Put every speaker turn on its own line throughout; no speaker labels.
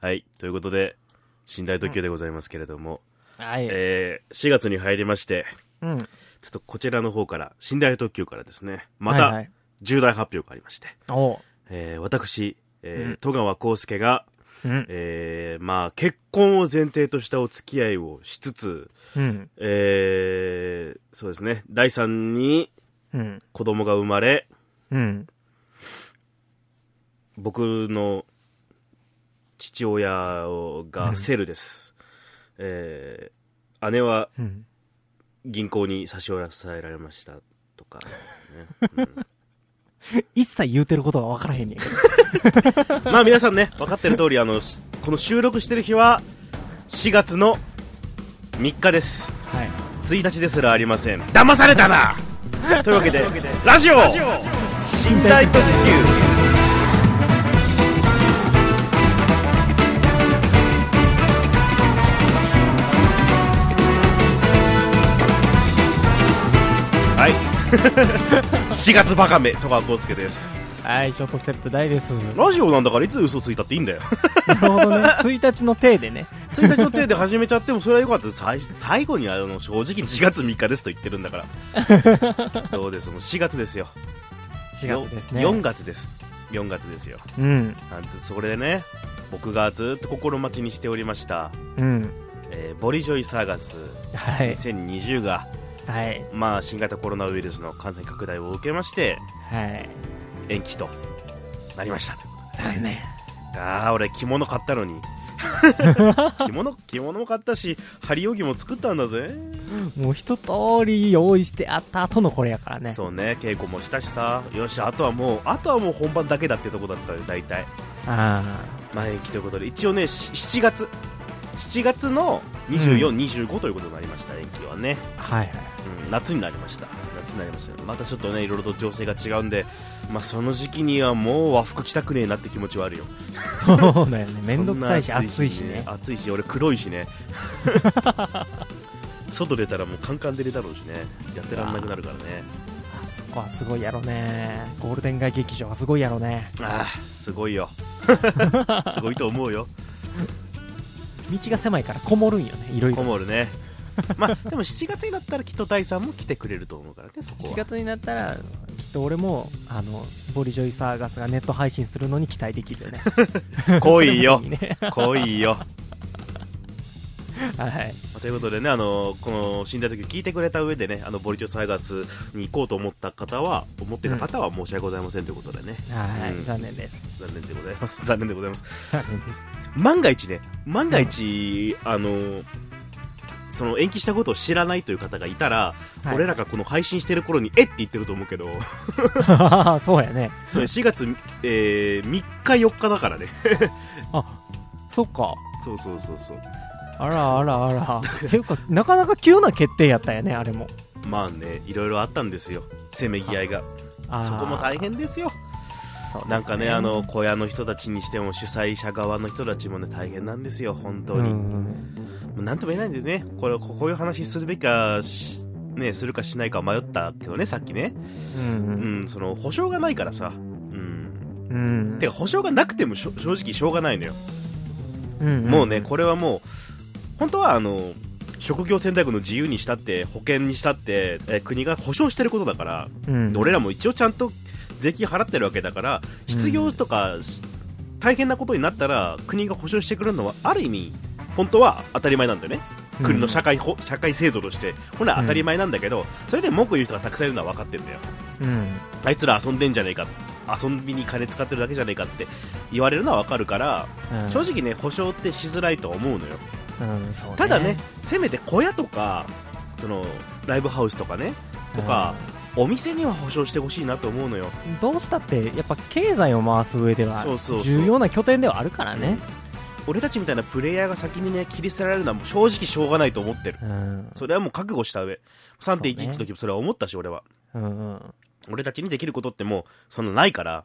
はい。ということで、寝台特急でございますけれども、
はい。
えー4月に入りまして、
うん。
ちょっとこちらの方から、寝台特急からですね、ま
はいは
た
い、
重大発表がありまして、
おう。
えー私、えー
うん
戸川康介が、
うん。
えーまあ、結婚を前提としたお付き合いをしつつ、
うん。
えーそうですね、第3に
うん。
子供が生まれ、
うん。
僕の父親をがセルです。えー姉は
うん。
銀行に差し押さえられましたとか、
一切言うてることが分からへんねんけど。
まあ皆さんね、 分かってる通り、あの、しこの収録してる日は4月の3日です。
はい。
1日ですらありません。騙されたなというわけで、ラジオ身体特急はい。4月バカめ、戸川康介です。
はい、ショートステップ大です。な
ラジオなんだからいつ嘘ついたっていいんだよ。
るほどね。1日の体でね。
1日の手で始めちゃってもそれはよかった最最後にあの正直に4月3日ですと言ってるんだから そうですもう4月ですよ
4月ですね。
4月です4月ですよ
うん。
なんてそれでね僕がずっと心待ちにしておりました、
うん。
えーボリジョイサーガス
はい。
2020が、
はい。
まあ、新型コロナウイルスの感染拡大を受けまして
はい。
延期となりましたと
残念。
ああ俺着物買ったの に着物着物も買ったし針置きも作ったんだぜ
もう一通り用意してあった後のこれやからね。
そうね稽古もしたしさよしあとはもうあとはもう本番だけだってとこだったよ大体
あ
まあ延期ということで一応ねし7月7月の24、25ということになりました延期はね、
あ。はいはい。
うん、夏になりました夏になりましたまたちょっとねいろいろと情勢が違うんでまあその時期にはもう和服着たくねえなって気持ちはあるよ
そうだよね。めんどくさいし、
そんな
暑いし
日に
ね。
暑いし俺黒いし ね外出たらもうカンカン出れたろうしねやってらんなくなるからね
あそこはすごいやろね。ゴールデン街劇場はすごいやろね。
ああすご いよすごいと思うよ
道が狭いからこもるんよね。いろい
こ
ろ。
もるねまあでも7月になったらきっと大さんも来てくれると思うからねそこ
4
は
月になったらきっと俺もあのボリジョイサーガスがネット配信するのに期待できるよね
来いよ
それまでにね
来いよ
はい
ということでねあのこの死んだ時聞いてくれた上でねあのボリチョサイガスに行こうと思った方は思ってた方は申し訳ございませんということでね、
はい、
うん
残念です
残念でござい ます 残念でございます
残念です
万が一ね万が一、あのその延期したことを知らないという方がいたら、
はい
俺らがこの配信してる頃にえって言ってると思うけど
そうやね
それ4月、えー3日4日だからね
あそっか
そうそうそうそう
あらあらあ らっていうかなかなか急な決定やったよねあれも
まあねいろいろあったんですよせめぎ合いが
あー
そこも大変ですよ
そうです
なんかねあの小屋の人たちにしても主催者側の人たちもね大変なんですよ本当
う
に、
ん
もうなんとも言えないんでねこれここういう話するべきかしねするかしないか迷ったけどねさっきね
う
うんん、その保証がないからさ、うん、
うんうん
てか保証がなくてもしょ正直しょうがないのよ、
うん
もうねこれはもう本当はあの職業選択の自由にしたって保険にしたって、えー国が保証してることだから、
うん
俺らも一応ちゃんと税金払ってるわけだから失業とか、し大変なことになったら国が保証してくれるのはある意味本当は当たり前なんだよね国の社会,、ほ社会制度としてほら当たり前なんだけど、それで文句言う人がたくさんいるのは分かってるんだよ
うん
あいつら遊んでんじゃねえか遊びに金使ってるだけじゃねえかって言われるのはわかるから、
うん
正直ね保証ってしづらいとは思うのよ
うんそう
ただねせめて小屋とかそのライブハウスとかねとか、お店には保証してほしいなと思うのよ
どうしたってやっぱ経済を回す上では
そうそうそう
重要な拠点ではあるからね
俺たちみたいなプレイヤーが先にね切り捨てられるのはもう正直しょうがないと思ってる
うん
それはもう覚悟した上3.11の時もそれは思ったし俺は
うんうん
俺たちにできることってもうそんなないから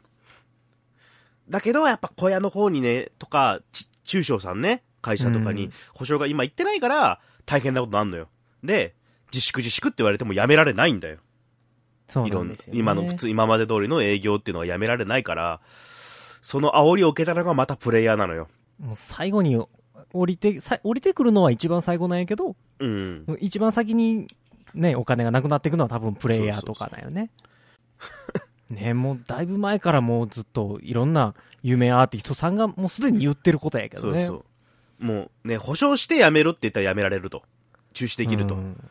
だけどやっぱ小屋の方にねとかち中小さんね会社とか
う
に
ん
保証が今行ってないから大変なことなんのよで自粛自粛って言われてもやめられないんだよ
そう
い
な
ろ
ん
ん
ですよ、ね、
今の普通今まで通りの営業っていうのはやめられないからその煽りを受けたのがまたプレイヤーなのよ
もう最後に降りてさ降りてくるのは一番最後なんやけど
うん
一番先に、ね、お金がなくなっていくのは多分プレイヤーとかだよね。ねもうだいぶ前からもうずっといろんな有名アーティストさんがもうすでに言ってることやけ
そ
ど
う
ね。
そうもうね保証してやめろって言ったらやめられると中止できると、
う
だ
ん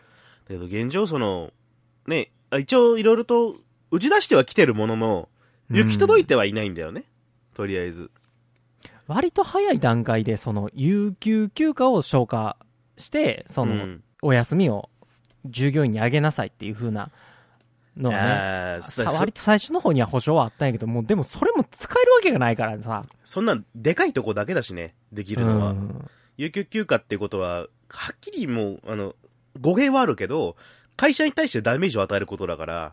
けど現状そのねあ一応いろいろと打ち出しては来てるものの行き届いてはいないんだよね、とりあえず
割と早い段階でその有給休暇を消化してそうの
ん
お休みを従業員にあげなさいっていう風なのがね
あー
さ
そ
割と最初の方には保証はあったんやけどもうでもそれも使えるわけがないからさ
そんなんでかいとこだけだしねできるのは、
うん
有給休暇ってことははっきりもうあの語弊はあるけど会社に対してダメージを与えることだから、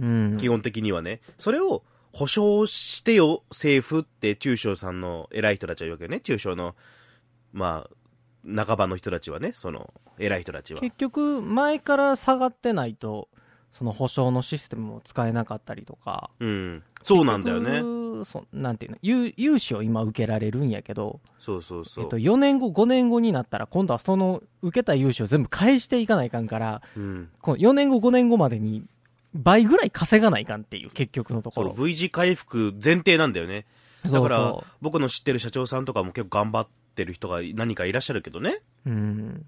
うん
基本的にはねそれを保証してよ政府って中小さんの偉い人たちは言うわけよね中小のまあ半ばの人たちはねその偉い人たちは
結局前から下がってないとその保証のシステムを使えなかったりとか
うんそうなんだよね
結局そなんていうの融融資を今受けられるんやけど、
そうそうそ
え
う、
っと、4年後5年後になったら今度はその受けた融資を全部返していかないかんから
うん、
この4年後5年後までに倍ぐらい稼がないかんっていう結局のと
そ
ころ
う V 字回復前提なんだよねだから
そ
僕の知ってる社長さんとかも結構頑張ってる人が何かいらっしゃるけどね
うそううん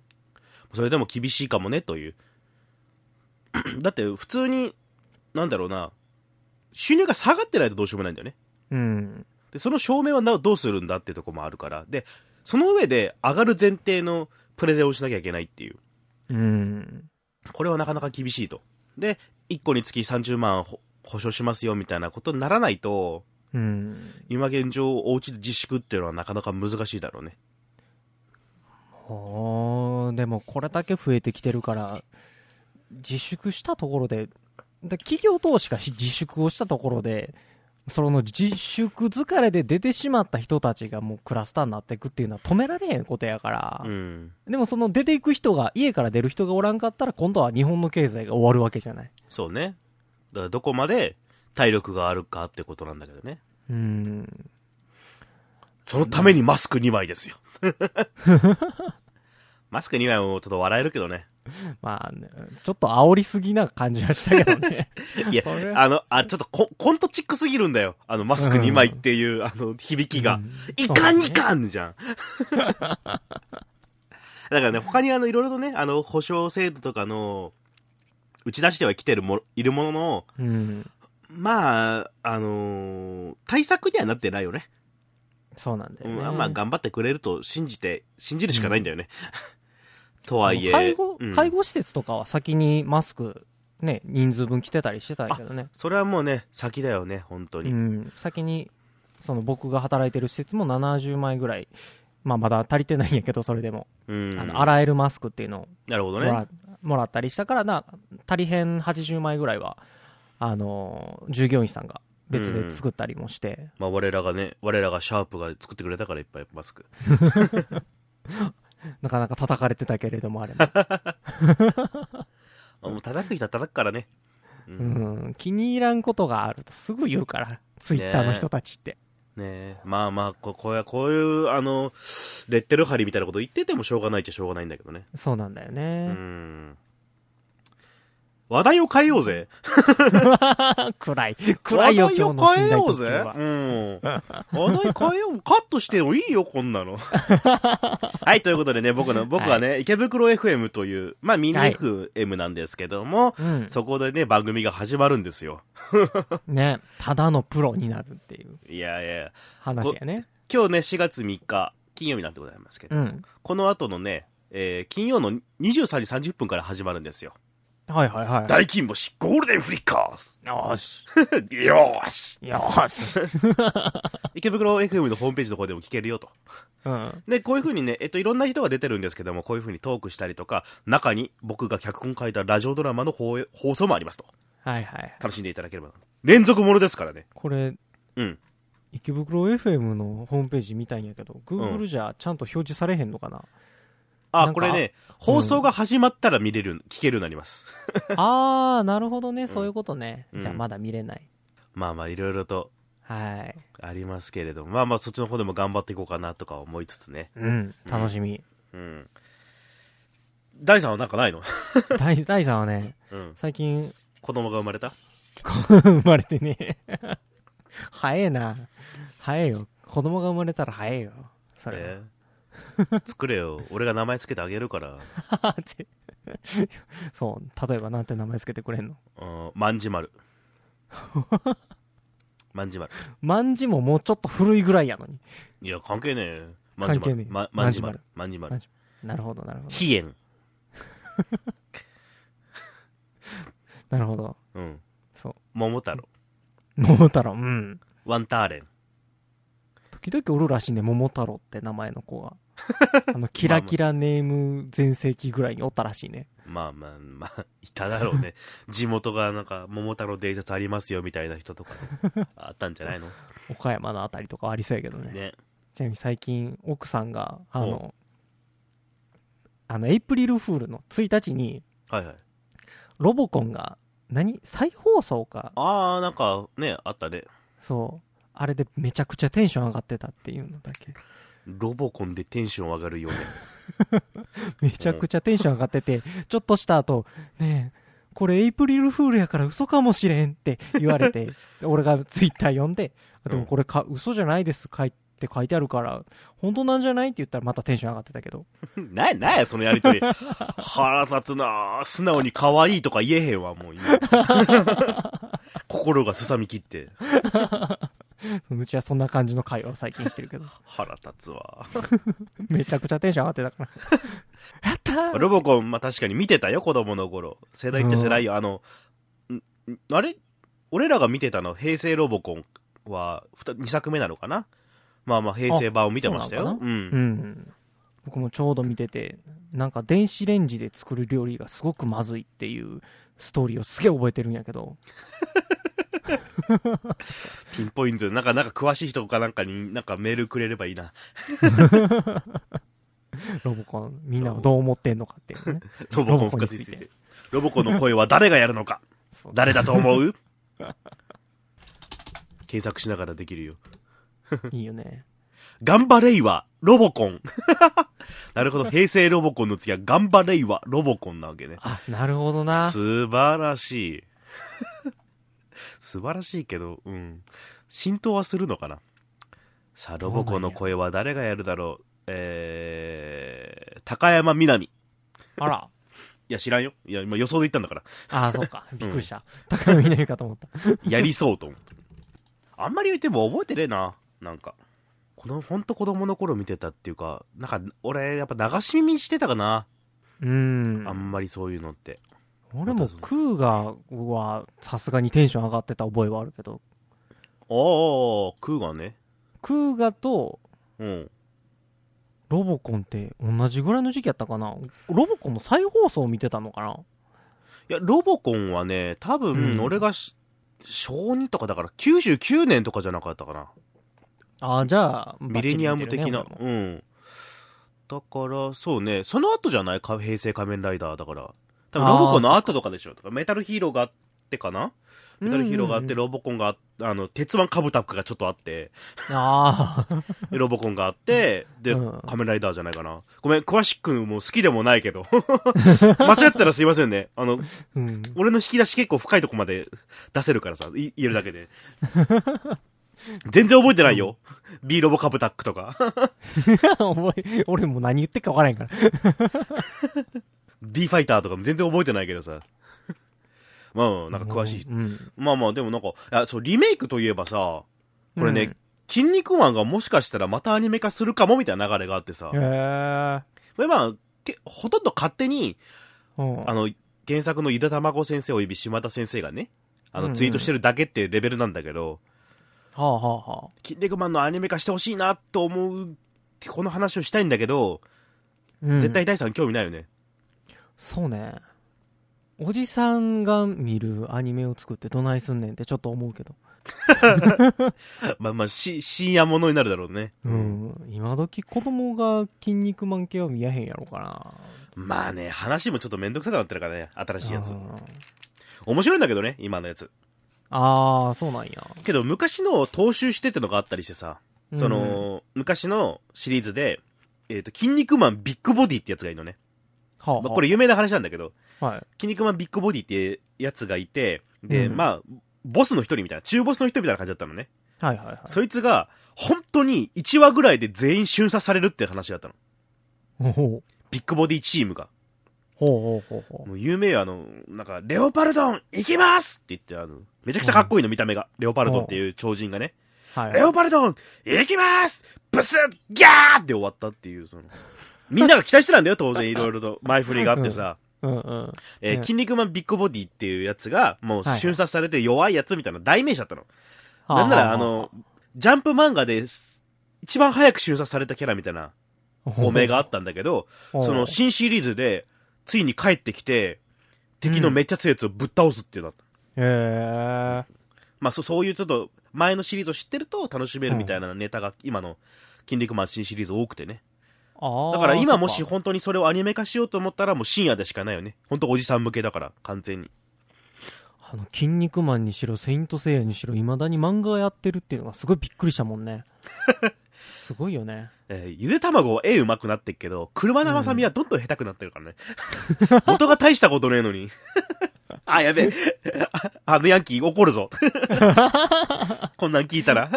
それでも厳しいかもねという だって普通になんだろうな収入が下がってないとどうしようもないんだよね
うん
でその証明はなどうするんだってとこもあるからでその上で上がる前提のプレゼンをしなきゃいけないっていう
うん
これはなかなか厳しいとで1個につき30万ほ保証しますよみたいなことにならないと
うん
今現状お家で自粛っていうのはなかなか難しいだろうね
ほーでもこれだけ増えてきてるから自粛したところでで企業投資が自粛をしたところでその自粛疲れで出てしまった人たちがもうクラスターになっていくっていうのは止められへんことやから、
うん
でもその出ていく人が家から出る人がおらんかったら今度は日本の経済が終わるわけじゃない
そうねだからどこまで体力があるかってことなんだけどね
うん
そのためにマスク2枚 ですよ。マスク2枚もちょっと笑えるけどね。
まあねちょっと煽りすぎな感じはしたけどね
いや
それ、
あの、あ、ちょっとココントチックすぎるんだよ。あの、マスク2枚っていう、あの、響きが。
うん
いかん
そうだね
いかんじゃん。だからね、他にあの、いろいろとね、あの、保証制度とかの、打ち出しては来てるも、いるものの、
うん
まあ、あのー対策にはなってないよね。
そうなんだ
う
よ
ん
ね、
まあ、頑張ってくれると信じて、信じるしかないんだよね。 とはいえ。
介護、
うん
介護施設とかは先にマスク、ね、人数分着てたりしてたんやけどね。
それはもうね、先だよね、本当
う
に。
ん。先に、その僕が働いてる施設も70枚ぐらい、まあまだ足りてないんやけど、それでも。
うん。
あの、洗えるマスクっていうのを
なるほど
も
ね。
ら,、もらったりしたから、な、足りへん80枚ぐらいは、あのー従業員さんが別で作ったりもして、
まあ、我らがね、我らがシャープが作ってくれたからいっぱいマスク。
なかなか叩かれてたけれども、あれ も。
あもう叩く人は叩くからね。うん
うん。気に入らんことがあるとすぐ言うから、ツイッターの人たちって。
ねえまあまあ、ここうやこういう、あの、レッテル貼りみたいなこと言っててもしょうがないっちゃしょうがないんだけどね。
そうなんだよね。
うん。話題を変えようぜ。
暗い。暗いよ、今日の
話題
信
を変えよう
頼特
ぜ
急。は。
うん。話題変えよう。カットしてもいいよ、こん なの。はい、ということでね、僕の、僕はね、池袋 FM という、まあミニ
はい
FM なんですけども、
うん、
そこでね、番組が始まるんですよ。
ね、ただのプロになるっていう
いやいや、
話やね。
今日ね、4月3日、金曜日なんでございますけど、
うん。
この後のね、えー金曜の23時30分から始まるんですよ。
はいはいはい。
大金星ゴールデンフリッカーズ
よし。
よーし
よし。
池袋 FM のホームページの方でも聞けるよと。
うん。
で、 こういう風にね、えっと、いろんな人が出てるんですけども、こういう風にトークしたりとか、中に僕が脚本書いたラジオドラマの放映放送もありますと。
はいはい。
楽しんでいただければな。連続ものですからね。
これ、
うん。
池袋 FM のホームページ見たいんやけど、Google じゃちゃんと表示されへんの かな、なん
あ、
か
これね、放送が始まったら見れる、聞けるようになります。
あー、なるほどね。そういうことね。
うん
じゃあまだ見れない。
まあまあ、いろいろと、
はい。
ありますけれども、まあまあそっちの方でも頑張っていこうかなとか思いつつね。
うん、楽しみ。
うん。第三はなんか ないの
第第3はね、
うん。
最近、
子供が生まれた
こ生まれてね。早えな。早えよ。子供が生まれたら早えよ。それは。
えー作れよ。俺が名前つけてあげるから。
って そう、例えばなんて名前つけてくれんの
うん、まんじ まる。まんじまる。
万字ももうちょっと古いぐらいやのに。
いや、関係ねえ。まんじま
関係ね
る
え。
ままんじまる。まんじま
まん
る
じ。なるほど、なるほど。
ひえん。
なるほど。
うん。
そう。
桃太郎。
桃太郎、うん。
ワンターレン。
時々おるらしいね、桃太郎って名前の子が。あの、キラキラネーム全盛期ぐらいにおったらしいね。
まあまあまあ、 いただろう ね。地元がなんか、桃太郎伝説ありますよみたいな人とか、 あったんじゃないの
岡山のあたりとかはありそうやけどね。
ね。
ちなみに最近、奥さんが、あの、あの、エイプリルフールの1日に、
はいはい。
ロボコンが、何再放送か。
ああ、なんかね、あったね。
そう。あれでめちゃくちゃテンション上がってたっていうのだけ。
ロボコンでテンション上がるよね。
めちゃくちゃテンション上がってて、ちょっとした後、ねえ、これエイプリルフールやから嘘かもしれんって言われて、で俺がツイッター読んで、あでもこれか、嘘じゃないですかいって書いてあるから、本当なんじゃないって言ったらまたテンション上がってたけど。
な、 なや、そのやりと り。腹立つなぁ素直に可愛いとか言えへんわ、 もう今。心がすさみきって。
うちはそんな感じの会話を最近してるけど、
腹立つわ。
めちゃくちゃテンション上がってたから。 やった ー
ロボコン、まあ確かに見てたよ、子供の頃。世代って世代よ。あの、んんあれ俺らが見てたの、平成ロボコンは2、二作目なのかなまあまあ、平成版を見てました
そうな
よう。
の。かうんん。僕もちょうど見てて、なんか電子レンジで作る料理がすごくまずいっていうストーリーをすげえ覚えてるんやけど、
ピンポイントで、なんか、なんか詳しい人かなんかに、なんかメールくれればいいな。
ロボコン、みんなはどう思ってんのかっていうね。
ロボコン復活について。ロボコンの声は誰がやるのか
そう
誰だと思う検索しながらできるよ。
いいよね。
頑張れいはロボコン。 なるほど。平成ロボコンの次は頑張れいはロボコンなわけね。
あ、なるほどな。
素晴らしい。 素晴らしいけど、うん。浸透はするのかなさあ、ロボコンの声は誰がやるだろうえー、高山みなみ。い
あら。
や、知らんよ。いや、今予想で言ったんだから。
あ、そうか。びっくりした。高見なみかと思った。
やりそうと思って。あんまり言っても覚えてねえな。なんか。この、ほんと子供の頃見てたっていうか、なんか、俺、やっぱ流し耳してたかな。
うーん
あ。んまりそういうのって。
俺もクーガーはさすがにテンション上がってた覚えはあるけど、
おー、クーガね。
クーガと
うん。
ロボコンって同じぐらいの時期やったかなロボコンの再放送を見てたのかない
や、ロボコンはね、多
う
分、
ん
俺がし、小2とかだから、99年とかじゃなかったかな。
あじゃあ、
ミレニアム的
バ
な
ッ。チリ見てるね
うん。だから、そうね、その後じゃないか平成仮面ライダーだから。多分、
あー
ロボコンの後とかでしょ。とかメタルヒーローがあってかなメタルヒーローがあっ
うんう
て、
ん
ロボコンがあっあの、鉄腕カブタクがちょっとあ って、
ああ、
でロボコンがあって、で、
うん
仮面ライダーじゃないかな。ごめん、詳しくも好きでもないけど。 間違ったらすいませんね。あの、
うん。
俺の引き出し結構深いとこまで 出せるからさ、い言えるだけで。 全然覚えてないよ。B ロボカブタックとか、
覚え 俺もう何言ってっか分からへんから。
D ファイターとかも全然覚えてないけどさ。まあまあ、なんか詳しい。
うん。
まあまあ、でもなんか、あそう、リメイクといえばさ、これね、
うん
筋肉マンがもしかしたらまたアニメ化するかもみたいな流れがあってさ
へ、え。
これまあ、けほとんど勝手に、
うん
あの、原作の井田卵先生および島田先生がね、あ
うんう
の、
ん
ツイートしてるだけってレベルなんだけど、
はあはあは
キン肉マンのアニメ化してほしいなと思う、この話をしたいんだけど、
あ、うん
絶対第3興味ないよね。
そうねおじさんが見るアニメを作ってどないすんねんってちょっと思うけど
まあまあ、し、深夜ものになるだろうね。
うん、今時子供が「筋肉マン」系は見やへんやろうか
まあね、話もちょっとめんどくさくなってるからね、新
な
しいやつ
う。ん
面白いんだけどね、今のやつ。
ああ、そうなんや。
けど昔の踏襲してってのがあったりしてさ、その、昔のシリーズで、えっ、と、筋肉マンビッグボディってやつがいるのね。
はあ、はあ
まあ、これ有名な話なんだけど、
はい。
筋肉マンビッグボディってやつがいて、で、
うん
まあ、ボスの一人みたいな、中ボスの一人みたいな感じだったのね。
はいはいはい。
そいつが、本当に1話ぐらいで全員瞬殺されるって話だったの。
ほうほう
ビッグボディチームが。
ほうほうほう。
もう有名よあの、なんか、レオパルドン行きますって言って、あの、めちゃくちゃかっこいいの見た目が。レオパルドンっていう超人がね、
はい。
レオパルドン行きますブスッギャーって終わったっていう、その、みんなが期待してたんだよ、当然いろいろと前振りがあってさ。
うんうん。
えー
うん
筋肉マンビッグボディっていうやつが、もう
はいはい
瞬殺されて弱いやつみたいな代名詞だったの。なんな
はは
ら、あ、の、ジャンプ漫画です一番早く瞬殺されたキャラみたいな、お名があったんだけど、
ほう、
その新シリーズで、ついに帰ってきて、敵のめっちゃ強いやつをぶっ倒すっていうのだった。
へえ。
まあそ、そういうちょっと、前のシリーズを知ってると楽しめるみたいなネタが、今の、筋肉マン新シリーズ多くてね。
ああ。
だから今も
そ
し
っか
本当にそれをアニメ化しようと思ったらもう深夜でしかないよね。本当おじさん向けだから、完全に。
あの、筋肉マンにしろ、セイントセイヤにしろ、未だに漫画やってるっていうのがすごいびっくりしたもん ね。すごいよね。
えーゆで卵は絵うまくなってっけど、車のまさみはどんどん下手くなってるから ね。元が大したことねえのに。 あ、やべえ。ああのヤンキー怒る ぞ。こんなん聞いたら。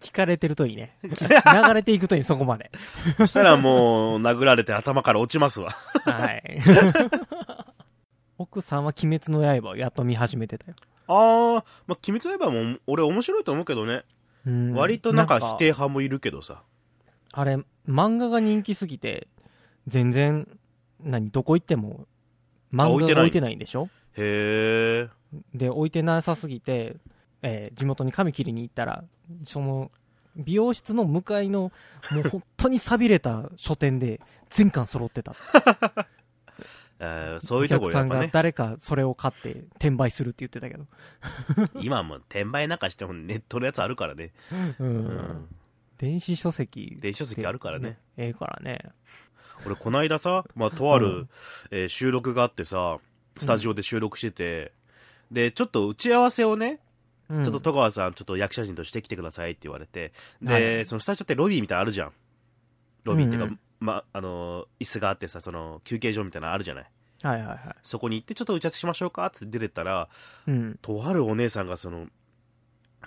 聞かれてるといいね。 流れていくといい、そこまで。
そしたらもう、殴られて頭から落ちますわ。
はい。奥さんは鬼滅の刃をやっと見始めてたよ。
あー、まあ、鬼滅の刃も俺面白いと思うけどね。
うん
割となんか否定派もいるけどさ。
あれ、漫画が人気すぎて、全然、何、どこ行っても、漫画が置いてないんでしょ
へー。
で、置いてなさすぎて、えー地元に髪切りに行ったら、その、美容室の向かいの、もう本当に寂れた書店で、全巻揃ってた。
えーそういうとこ
お客
や
さ
っ
ん
ぱ
が
ね。
誰かそれを買って、転売するって言ってたけど。
今も転売なんかしてもネットのやつあるからね。
うん。
うん。
電子書籍
電子書籍あるからね。。
ええからね。
俺こないださ、まあ、とある、
うん
えー収録があってさスタジオで収録してて、でちょっと打ち合わせをね、
うん
ちょっと戸川さんちょっと役者陣として来てくださいって言われてで、
はい
そのスタジオってロビーみたいなのあるじゃんロビーっていうか、
うんうん
まあのー椅子があってさその休憩所みたいなのあるじゃない
はいはいはい。
そこに行ってちょっと打ち合わせしましょうかって出れたら
うん。
とあるお姉さんがその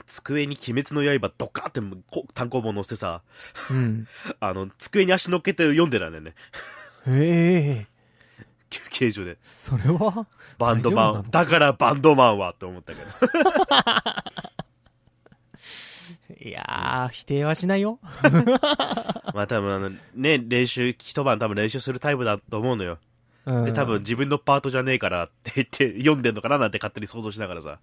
机に「鬼滅の刃」ドカーってこ単行本載せてさ
うん。
あの机に足乗っけて読んでたんだよね
ええ
休憩所で
それは、
バンドマ
大丈夫な
ン
の。
だからバンドマンはって思ったけど。
いやー、否定はしないよ。
まあ多分あの、ね、練習、一晩多分練習するタイプだと思うのよ。
うん
で、多分、自分のパートじゃねえからって言って読んでんのかななんて勝手に想像しながらさ。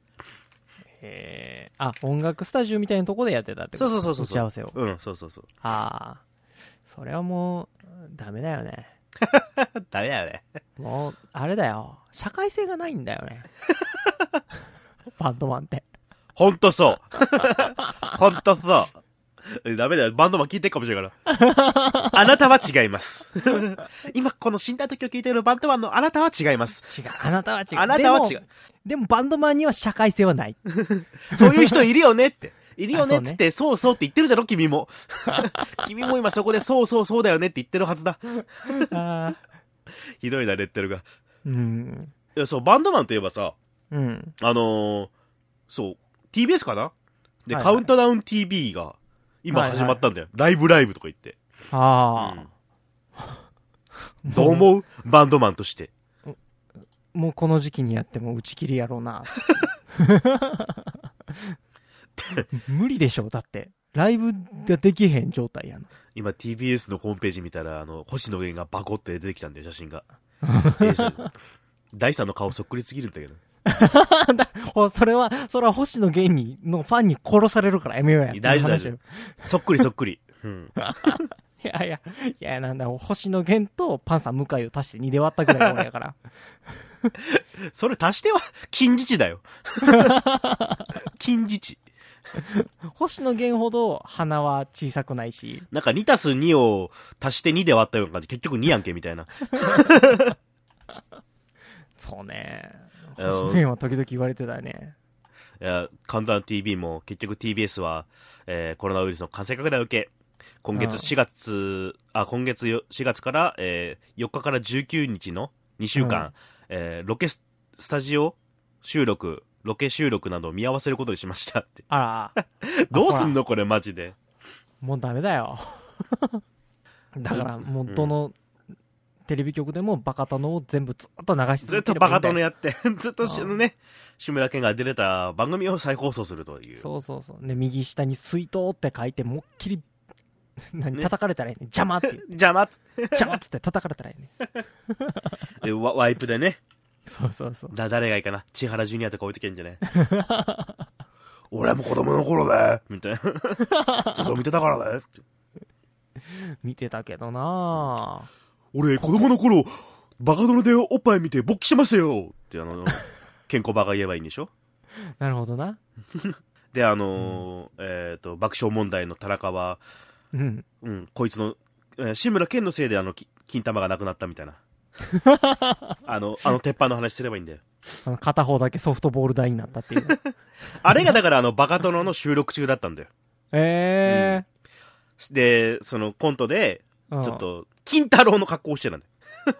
えー、あ、音楽スタジオみたいなとこでやってたってこ と
そうそうそうそう
打ち合わせを。
うん、そうそうそう。
ああ。それはもう、ダメだよね。
ダメだよね。
もう、あれだよ。社会性がないんだよ ね。バンドマンって。
ほんと そう。ほんとそう。ダメだよ。バンドマン聞いてるかもしれない から。あなたは違います。 今この死んだ時を聞いてるバンドマンのあなたは違います。
違う。あなたは違う。
あなたは違
で
う
も。。でもバンドマンには社会性はない。
そういう人いるよねって。いるよね
あ
っ
そうね
つって、そうそうって言ってるだろ、君 も。君も今そこで、そうそうそうだよねって言ってるはずだ。
ああ。
ひどいな、レッテルが。
うん。
いや、そう、バンドマンといえばさ、
うん。
あのー、そう、TBS かなで、
はいは
カ
い
ウントダウン TV が、今
はいはい
始まったんだよ。ライブライブとか言って。
ああ。
うんどう思うバンドマンとして。
もうこの時期にやっても打ち切りやろ うな。無理でしょ、だって。ライブができへん状態やの。
今 TBS のホームページ見たら、あの、星野源がバコって出てきたんだよ、写真 が。A さん第三の顔そっくりすぎるんだけど。
おそれは、それは星野源にのファンに殺されるからやめようや。
いや大丈夫
っていう話よ
そっくりそっくり。うん。
いやいや、いやなんだ、星野源とパンサー向井を足して2で割ったぐらいの俺 やから。
それ足しては、近似値 だよ。近似値。
星野源ほど鼻は小さくないし、
なんか2たす2を足して2で割ったような感じ。結局2やんけ、みたいな。
そうね。
あの
星野源は時々言われてたね。
いやカウントダウン TV も結局 TBS は、えーコロナウイルスの感染拡大を受け、今月
ああ
4月、あ今月よ4月から、えー4日から19日の2週間、
うん
えーロケススタジオ収録、ロケ収録などを見合わせることにしましたって。
あら、
どうすんのこれマジで。
もうダメだよ。だから、もうどのテレビ局でもバカ殿を全部ずっと流し
ずっ
続け
と
れば
バ
いい
カ
んだよ
殿やって、ずっとし
ああ
ね、志村けんが出れた番組を再放送するという。
そうそうそう。で、右下に水筒って書いて、もっきり、何、
ね
叩かれたらいいね。邪魔って、
邪魔っつっ
邪魔っつって叩かれたらいいね。
て、ワワイプでね、
そうそうそう。
だ、誰がいいかな千原ジュニアとか置いてけんじゃね俺も子供の頃だみ たいな。ずっと見てたからね。
見てたけどなぁ
俺、子供の頃、バカ殿でおっぱい見て勃起しましたよって、あの、健康バカ言えばいいんでしょ
なるほどな。
で、あのーえっ、と、爆笑問題の田中は、
うん。
うん、こいつの、えー志村けんのせいであの、き金玉がなくなったみたい な。あの、あの鉄板の話すればいいんだよ。
あの片方だけソフトボール台になったっていう。
あれがだからあの、バカ殿の収録中だったんだよ。
え
で、そのコントで、
えー。うん
ちょっ。と、金太郎の格好をしてたんだよ。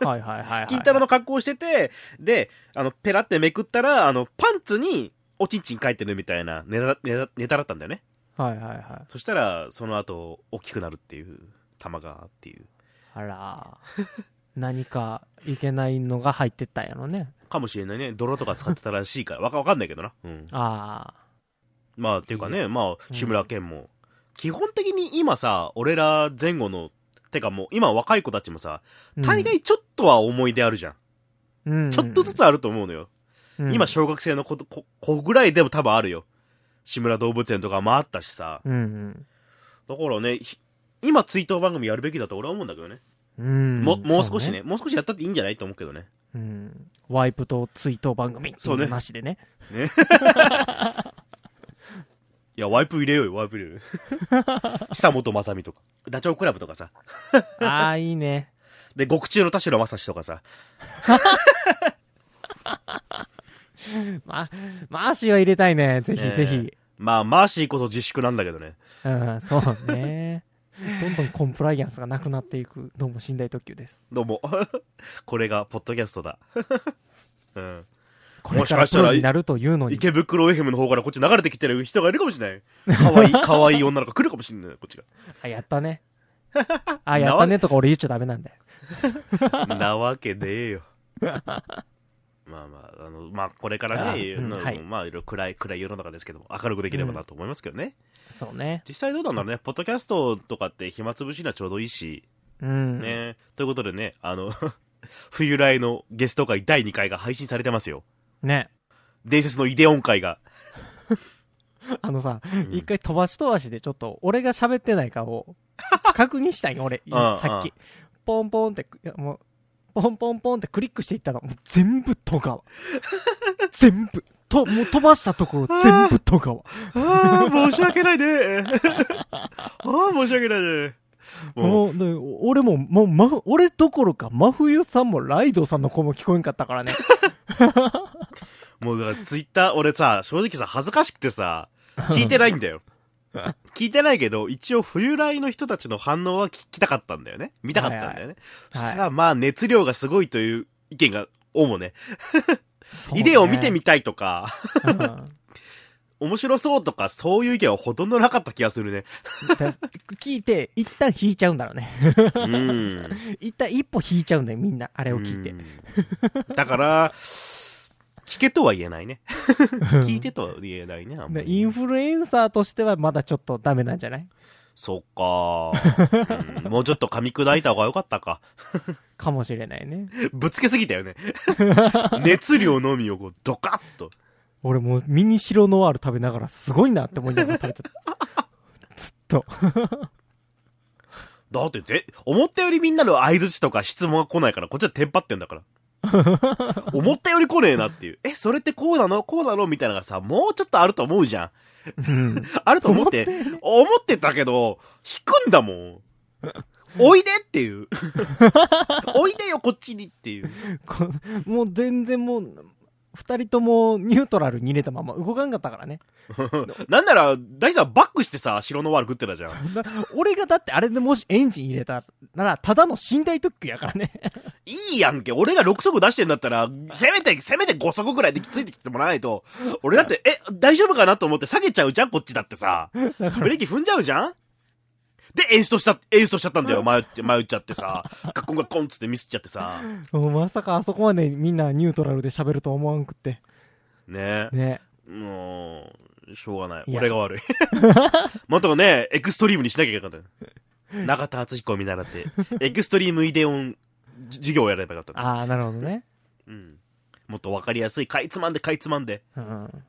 はいはいはい、はい。
金太郎の格好をしてて、で、あの、ペラってめくったら、あの、パンツに、おちんちん書いてるみたいなネタ、ネタ、ネタだったんだよね。
はいはいはい。
そしたら、その後、大きくなるっていう、玉がっていう、
あらー何かいけないのが入ってったんやろね。
かもしれないね。泥とか使ってたらしいから、わか、わかんないけどな。うん。
あ
まあ、っていうかね、まあ、
ん
志村けんも、基本的に今さ、俺ら前後の、てかもう、今若い子たちもさ、
あ。
大概ちょっとは思い出あるじゃん。
うん、
ちょっとずつあると思うのよ。
うん、
今小学生の子と子子ぐらいでも多分あるよ志村動物園とかもあったしさ
うん、
だからねひ今追悼番組やるべきだと俺は思うんだけどね、
うん。うん。
ももう少し
そ
ねもう少しやったっていいんじゃないと思うけどね
うん、ワイプと追悼番組ってい
そう
う
ね
のなしでね
いやワイプ入れようよワイプ入 れようよ久本雅美とかダチョウ倶楽部とかさ
ああいいね
で獄中の田代正史とかさ
まマーシーは入れたいねぜひ
ねえ
ぜひ、
まあマーシーこそ自粛なんだけどね
うんそうねどんどんコンプライアンスがなくなっていくどうも寝台特急です
どうも これがポッドキャストだ、 うん、
これ
もし
から
かし
プ
たら
ロになるというのに
池袋 FM の方からこっち流れてきてる人がいるかもしれない可 愛い可愛い女の子来るかもしれないこっちが
あやっ たねあやったねとか俺言っちゃダメなんだよ
なわけね えよ。まあまあ、あの、まあこれからね、
あうん
なんか
はい
まあいろいろ暗い、暗い世の中ですけども、明るくできればなと思いますけどね。
そうね
実際どうなんだろうね、ポッドキャストとかって暇つぶしにはちょうどいいし、
うん
ね。ということでね、あの、 冬来のゲスト会第2回が配信されてますよ。
ね
伝説のイデオン会が。
あのさ、
ん
一回飛ばし飛ばしでちょっと俺が喋ってないかを 確認したんよ俺
うんうん
さっきポンポンっていやもうポンポンポンってクリックしていったらもう全部 戸川全部ともう飛ばしたとこ ろ全部戸川
ああ、申し訳ない ね。ああ、申し訳ないね。もう、
もう、で俺も、もう、ま、俺どころか、真冬さんもライドさんの声も聞こえんかったからね。
もうだからツイッター、俺さ、正直さ、恥ずかしくてさ、 聞いてないんだよ。聞いてないけど、一応冬来の人たちの反応は聞きたかったんだよね。見たかったんだよね。
はいはい
そしたら、まあ、熱量がすごいという意見が、主ね。イデを見てみたいとか、
た。うん
面白そうとか、そういう意見はほとんどなかった気がするね。
だ聞いて、一旦引いちゃうんだろうね。
うん。
一旦一歩引いちゃうんだよ、みんな。あれを聞いて
う。んだから、聞けとは言え ないね。聞いてとは言えないね。あんま
で
り
インフルエンサーとしてはまだちょっとダメなんじゃない
そっか、うんもうちょっと噛み砕いた方が良かったか。
かもしれないね。
ぶつけすぎた よね。熱量のみをこう、ドカッと。
俺もうミニシロノワール食べながらすごいなって思いながら食べてた。ずっと。
だってぜ、思ったよりみんなの相槌とか質問が来ないから、こっちはテンパってん だから。思ったより来ねえなっていう。え、それってこうなのこうなのみたいなのがさ、もうちょっとあると思うじゃん。
うん
あると思って、思ってたけど、引くんだもん。おいでって いう。おいでよ、こっちにっていう。
こもう全然もう、二人ともニュートラルに入れたまま動かんかったからね。
なんなら、大さんバックしてさ、白のワール食ってたじゃん。
な俺がだってあれでもしエンジン入れたなら、ただの寝台特急やからね。
いいやんけ。俺が6足出してんだったら、せめて、せめて5足ぐらいでついてきてもらわないと。俺だって、え、大丈夫かなと思って下げちゃうじゃん、こっちだってさ。ブレーキ踏んじゃうじゃんで、演出した、演出しちゃったんだよ。迷って、迷っちゃってさ。ガッコンガッコンつってミスっちゃってさ。
もうまさかあそこまでみんなニュートラルで喋ると思わんくって。
ねえ。
ね。
もう、しょうがない。
いや
俺が 悪い。もっとね、エクストリームにしなきゃいけなかった。中田敦彦を見習 って、エクストリームイデオンじ授業をやればよかった。
ああ、なるほどね。
うん。もっとわかりやすい。かいつまんで、かいつまんで。
うん。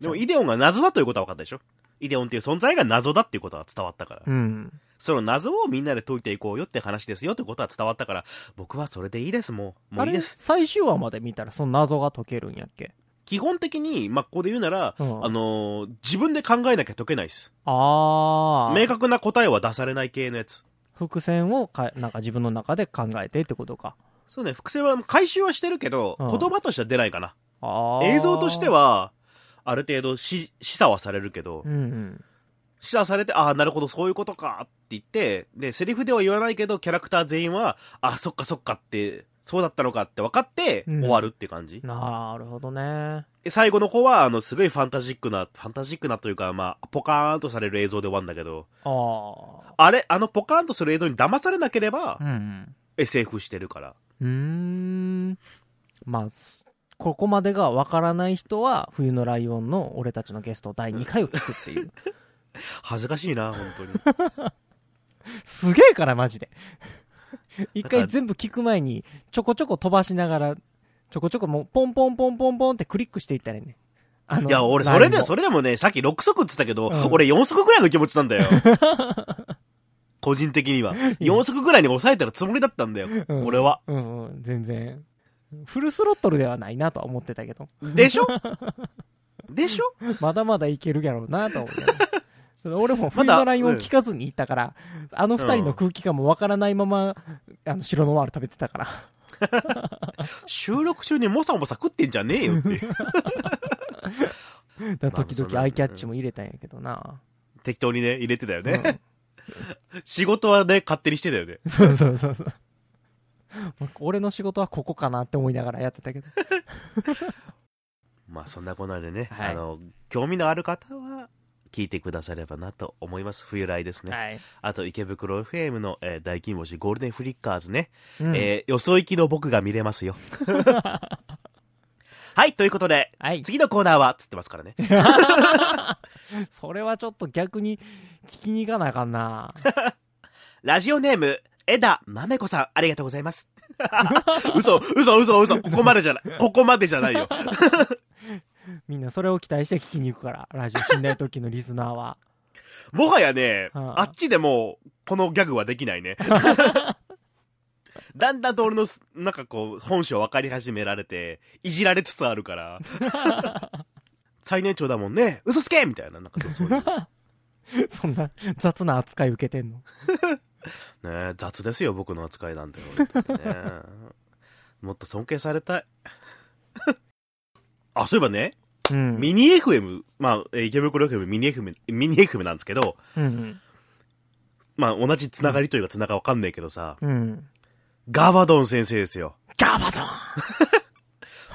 でもイデオンが謎だということは分かったでしょイデオンっていう存在が謎だっていうことは伝わったから。
うん。
その謎をみんなで解いていこうよって話ですよってことは伝わったから、僕はそれでいいです、もう。も
あ
ういいで
れ、
す。
最終話まで見たらその謎が解けるんやっけ
基本的に、まあ、ここで言うなら、
うん
あのー自分で考えなきゃ解けないです。
あ
明
あ。
確な答えは出されない系のやつ。
伏線をか、なんか自分の中で考えてってことか。
そうね、伏線は回収はしてるけど、
うん
言葉としては出ないかな。
ああ。
映像として、は、ある程度し示唆はされるけど、
うんうん。
示唆されて、ああ、なるほど、そういうことかって言って、で、セリフでは言わないけど、キャラクター全員は、あ、そっかそっかって、そうだったのかって分かって、
うん
終わるって感じ。
なるほどね。
で最後の方は、あの、すごいファンタジックな、ファンタジックなというか、まあ、ポカーンとされる映像で終わるんだけど、
ああ。
あれ、あのポカーンとする映像に騙されなければ
う、ん
SF してるから。
うん。うーん。まあ、すここまでがわからない人は、冬のライオンの俺たちのゲスト第2回を聞くって いう。
恥ずかしいな、本当に。
すげえから、マジで。 一回全部聞く前に、ちょこちょこ飛ばしながら、ちょこちょこもう、ポンポンポンポンポンってクリックしていったらいいね。あの
いや、俺、それ
ライン
で、
を
それでもね、さっき6足って言ってたけど、
うん
俺4足ぐらいの気持ちなんだ よ。個人的には。4足ぐらいに抑えたらつもりだったんだよ。
うん
俺は。
うんうん、全然。フルスロットルではないなとは思ってたけど、
でしょでしょ
まだまだいけるやろうなとは思ってた。それ俺も冬
まだ
のライオン聞かずに行ったから、あの二人の空気感もわからないまま、あの、白のワール食べてたから。
収録中にもさもさ食ってんじゃねえよって いう。
だから時
まあそれ
々アイキャッチも入れたんやけどな。
適当にね、入れてたよね。仕事はね、勝手にしてたよね。
そうそうそうそう。まあ俺の仕事はここかなって思いながらやってたけど。
まあ、そんなこんなでね、
はい
あの、興味のある方は、聞いてくださればなと思います。冬来ですね。
はい。
あと、池袋 FM の、えー大金星ゴールデンフリッカーズね。
うん
えー、よそ行きの僕が見れますよ。 はい、ということで、
はい。
次のコーナーは、つってますからね。
それはちょっと逆に聞きに行かなあかんな。
ラジオネーム、枝豆子さん、ありがとうございます。 嘘、嘘、嘘、嘘、ここまでじゃない。ここまでじゃないよ。
みんなそれを期待して聞きに行くから、ラジオ寝台特急のリスナーは。
もはやね、
うん
あっちでもう、このギャグはできないね。だんだんと俺の、なんかこう、本性分かり始められて、いじられつつあるから。最年長だもんね。嘘つけみたいな、なんかそうそういう。
そんな雑な扱い受けてんの。
ねえ雑ですよ僕の扱いなんて本当にねもっと尊敬されたい あそういえばね、
うん。
ミニ FM まあえー池袋 FM ミニ FM ミニ FM なんですけど
うん
まあ同じつながりというかつながわかんないけどさ、
うん。うん。
ガバドン先生ですよ
ガバ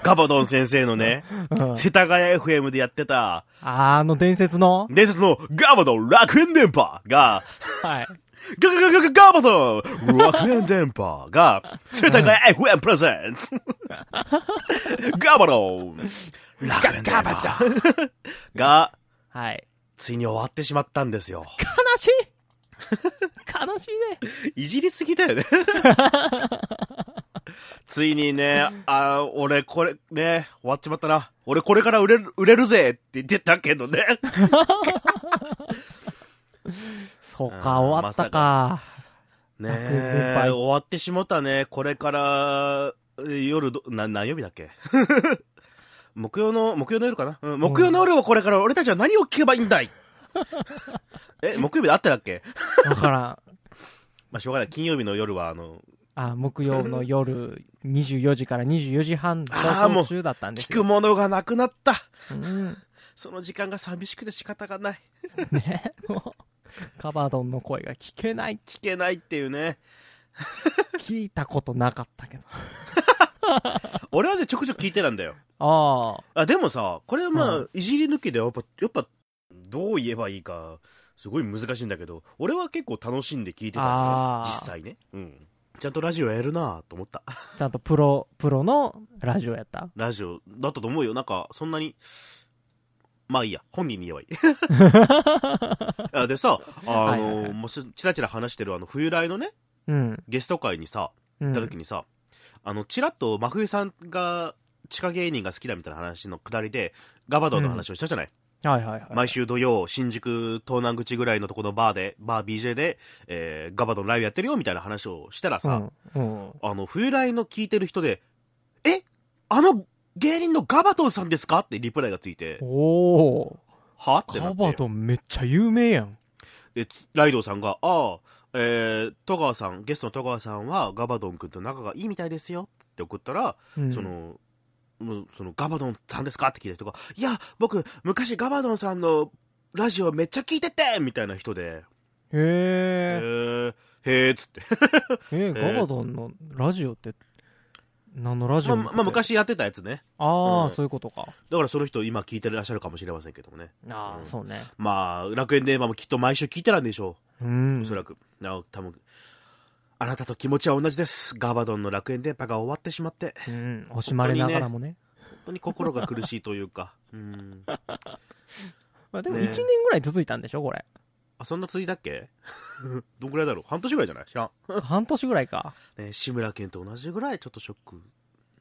ガバドン先生のね
ドン、うん
世田谷 FM でやってた
あの伝説の
伝説のガバドン楽園電波が
はい。
ガガガガガガバドン楽園電波が、世田谷 FM プレゼンツガバドン楽園電波が、
はい。
ついに終わってしまったんですよ。
悲しい悲しいね。
いじりすぎだよね。ついにね、あー、俺これ、ね、終わっちまったな。俺これから売れる、売れるぜって言ってたけどね。
そう
あー
か、終わった
まさ
か。
ね
楽園電波
え、終わってしまったね。これから、え夜ど、な、何曜日だっけ 木曜の、木曜の夜かな、うん、木曜の夜をこれから俺たちは何を聞けばいいんだい え、木曜日であってだっけ
わからん。
まあ、しょうがない。金曜日の夜は、あの、
あ木曜の夜24時から24時半放
あーもう
送中だったんです
聞
よ
く。ものがなくなった
うん
その時間が寂しくて仕方がない
ね、もうカバドンの声が聞けない。
聞けないっていうね
聞いたことなかったけど。
俺はねちょくちょく聞いてたんだよ
ああ、
あでもさこれはまあ、
う
いじり抜きでやっぱやっぱどう言えばいいかすごい難しいんだけど俺は結構楽しんで聞いてたんだ
あ
よ
ー
実際ねうんちゃんとラジオやるなと思った
ちゃんとプロ、プロのラジオやった。
ラジオだったと思うよなんかそんなにまあいいや本人に言えばいい あでさあ
はいはいは
の
い
もうちらちら話してるあの冬来のね
うん。
ゲスト会にさ
う
行
ん
った時にさ、あのちらっと真冬さんが地下芸人が好きだみたいな話のくだりでガバドンの話をしたじゃない、
はいはいはい。
毎週土曜新宿東南口ぐらいのとこのバーでバー BJ で、えーガバドンライブやってるよみたいな話をしたらさ、
うん。うん。
あの冬来の聞いてる人で「えあの芸人のガバドンさんですか?」ってリプライがついて
おお
「は?」って
ー。
な
カ
っ
バ
て
ドンめっちゃ有名やん。
でつライドウさんが「ああえー、戸川さんゲストの戸川さんはガバドン君と仲がいいみたいですよ」って送ったら
うん
そ、の、もうそのガバドンさんですかって聞いた人が、いや、僕、昔ガバドンさんのラジオめっちゃ聞いててみたいな人で、へ
へえ。
ー、へーっつって。
えー、ガバドンのラジオって、何のラジ
まあ
オ
まあ、昔やってたやつね。
ああ、
うん
そういうことか。
だからその人今聞いてらっしゃるかもしれませんけどもね。
ああ、
うん
そうね。
まあ、楽園電話もきっと毎週聞いてたんでしょ
う
う。
ん。
おそらく。なお、多分あなたと気持ちは同じです。ガバドンの楽園電波が終わってしまって、
うん。惜しまれながらもね。
本当に心が苦しいという か。うん。
まあでも1
ね
年ぐらい続いたんでしょ、これ。
あ、そんなついだっけ どんぐらいだろう半年ぐらいじゃない知らん。
半年ぐらいか。
ね、志村けんと同じぐらいちょっとショック、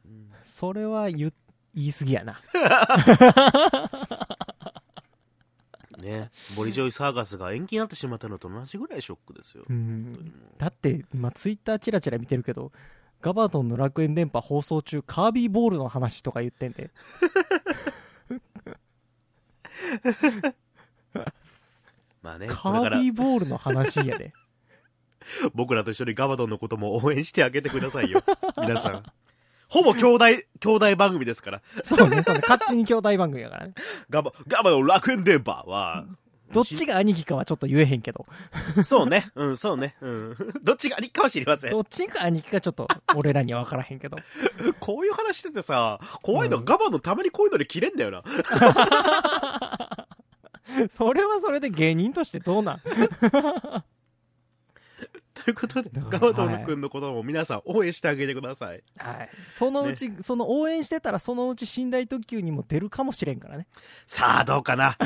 うん
それは言う、言い過ぎやな。
ねボリジョイサーガスが延期になってしまったのと同じぐらいショックですよ、
うん。だって、今ツイッターチラチラ見てるけど、ガバドンの楽園電波放送中、カービーボールの話とか言ってんで。
まあね
カ
これか
ー
ら
ビーボールの話やで。
僕らと一緒にガバドンのことも応援してあげてくださいよ 皆さんほぼ兄弟兄弟番組ですから
そうね、そうね。勝手に兄弟番組やからね。
ガバガバドン楽園電波は
どっちが兄貴かはちょっと言えへんけど、
そうねうんそうねうん どっちがありかは知りません
どっちが兄貴かちょっと俺らには分からへんけど。
こういう話しててさ怖いの、
うん
ガバのたまにこういうので切れんだよな
それはそれで芸人としてどうなん
ということで
だか
ガ
ら
バドン君のことも皆さん応援してあげてください
はい。そのうち、その応援してたらそのうち寝台特急にも出るかもしれんか らね。
さあどうか な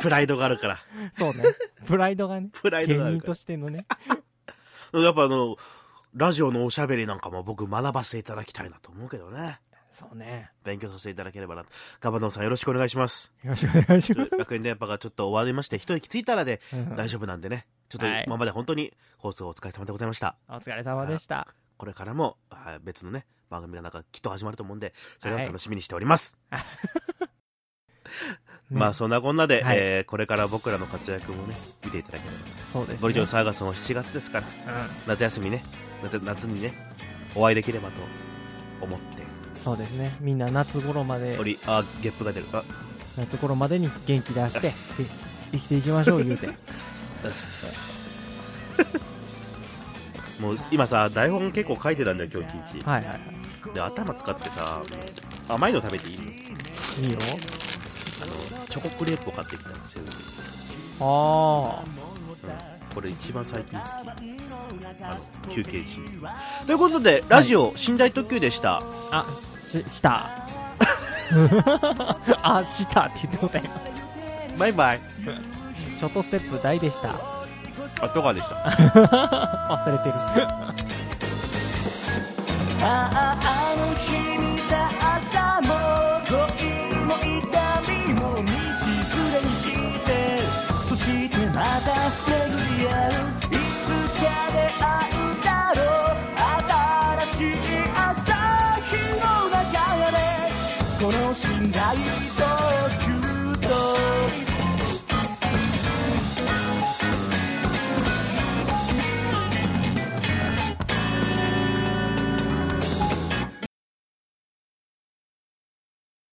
プライドがあるから
そうね。プライドがね。
プライド
芸
がある
人
か
としてのね。
らやっぱあのラジオのおしゃべりなんかも僕学ばせていただきたいなと思うけどね
そうね。
勉強させていただければなガバドンさんよろしくお願いします
よろしくお願いし ます。
楽園電波がちょっと終わりまして一息ついたらで
うん
大丈夫なんでねちょっと
はい
今まで本当に放送お疲れ様でございました
お疲れ様でした。
これからもはい別のね番組がなんかきっと始まると思うんでそれを楽しみにしております、
ね
まあそんなこんなで、
はい
えーこれから僕らの活躍もね見ていただければ
そうです、ね。
ボリジョンサーガソンは7月ですから
う
夏休みね夏夏にねお会いできればと思って
んそうですね。みんな夏頃まで
お、りあゲップが出るあ
夏頃までに元気 出して、で生きていきましょう、言うて。
もう今さ台本結構書いてたんだよ今日一日
はいはいは
で頭使ってさ甘いの食べていい
い。いいよ。
あのチョコクレープを買ってきたのセブンで、
あ
うん、これ一番最近好きあの休憩中ということでラジオ、寝台特急でした
あ。あ、し、した。 あ、したって言ってもうたよ。
バイバイ
ショートステップ大でした。
あとかでした
忘れてる。
あああの日見た朝も恋も痛みも道連れにしてそしてまた巡り合ういつか出会うだろう新しい朝日の中でこの信頼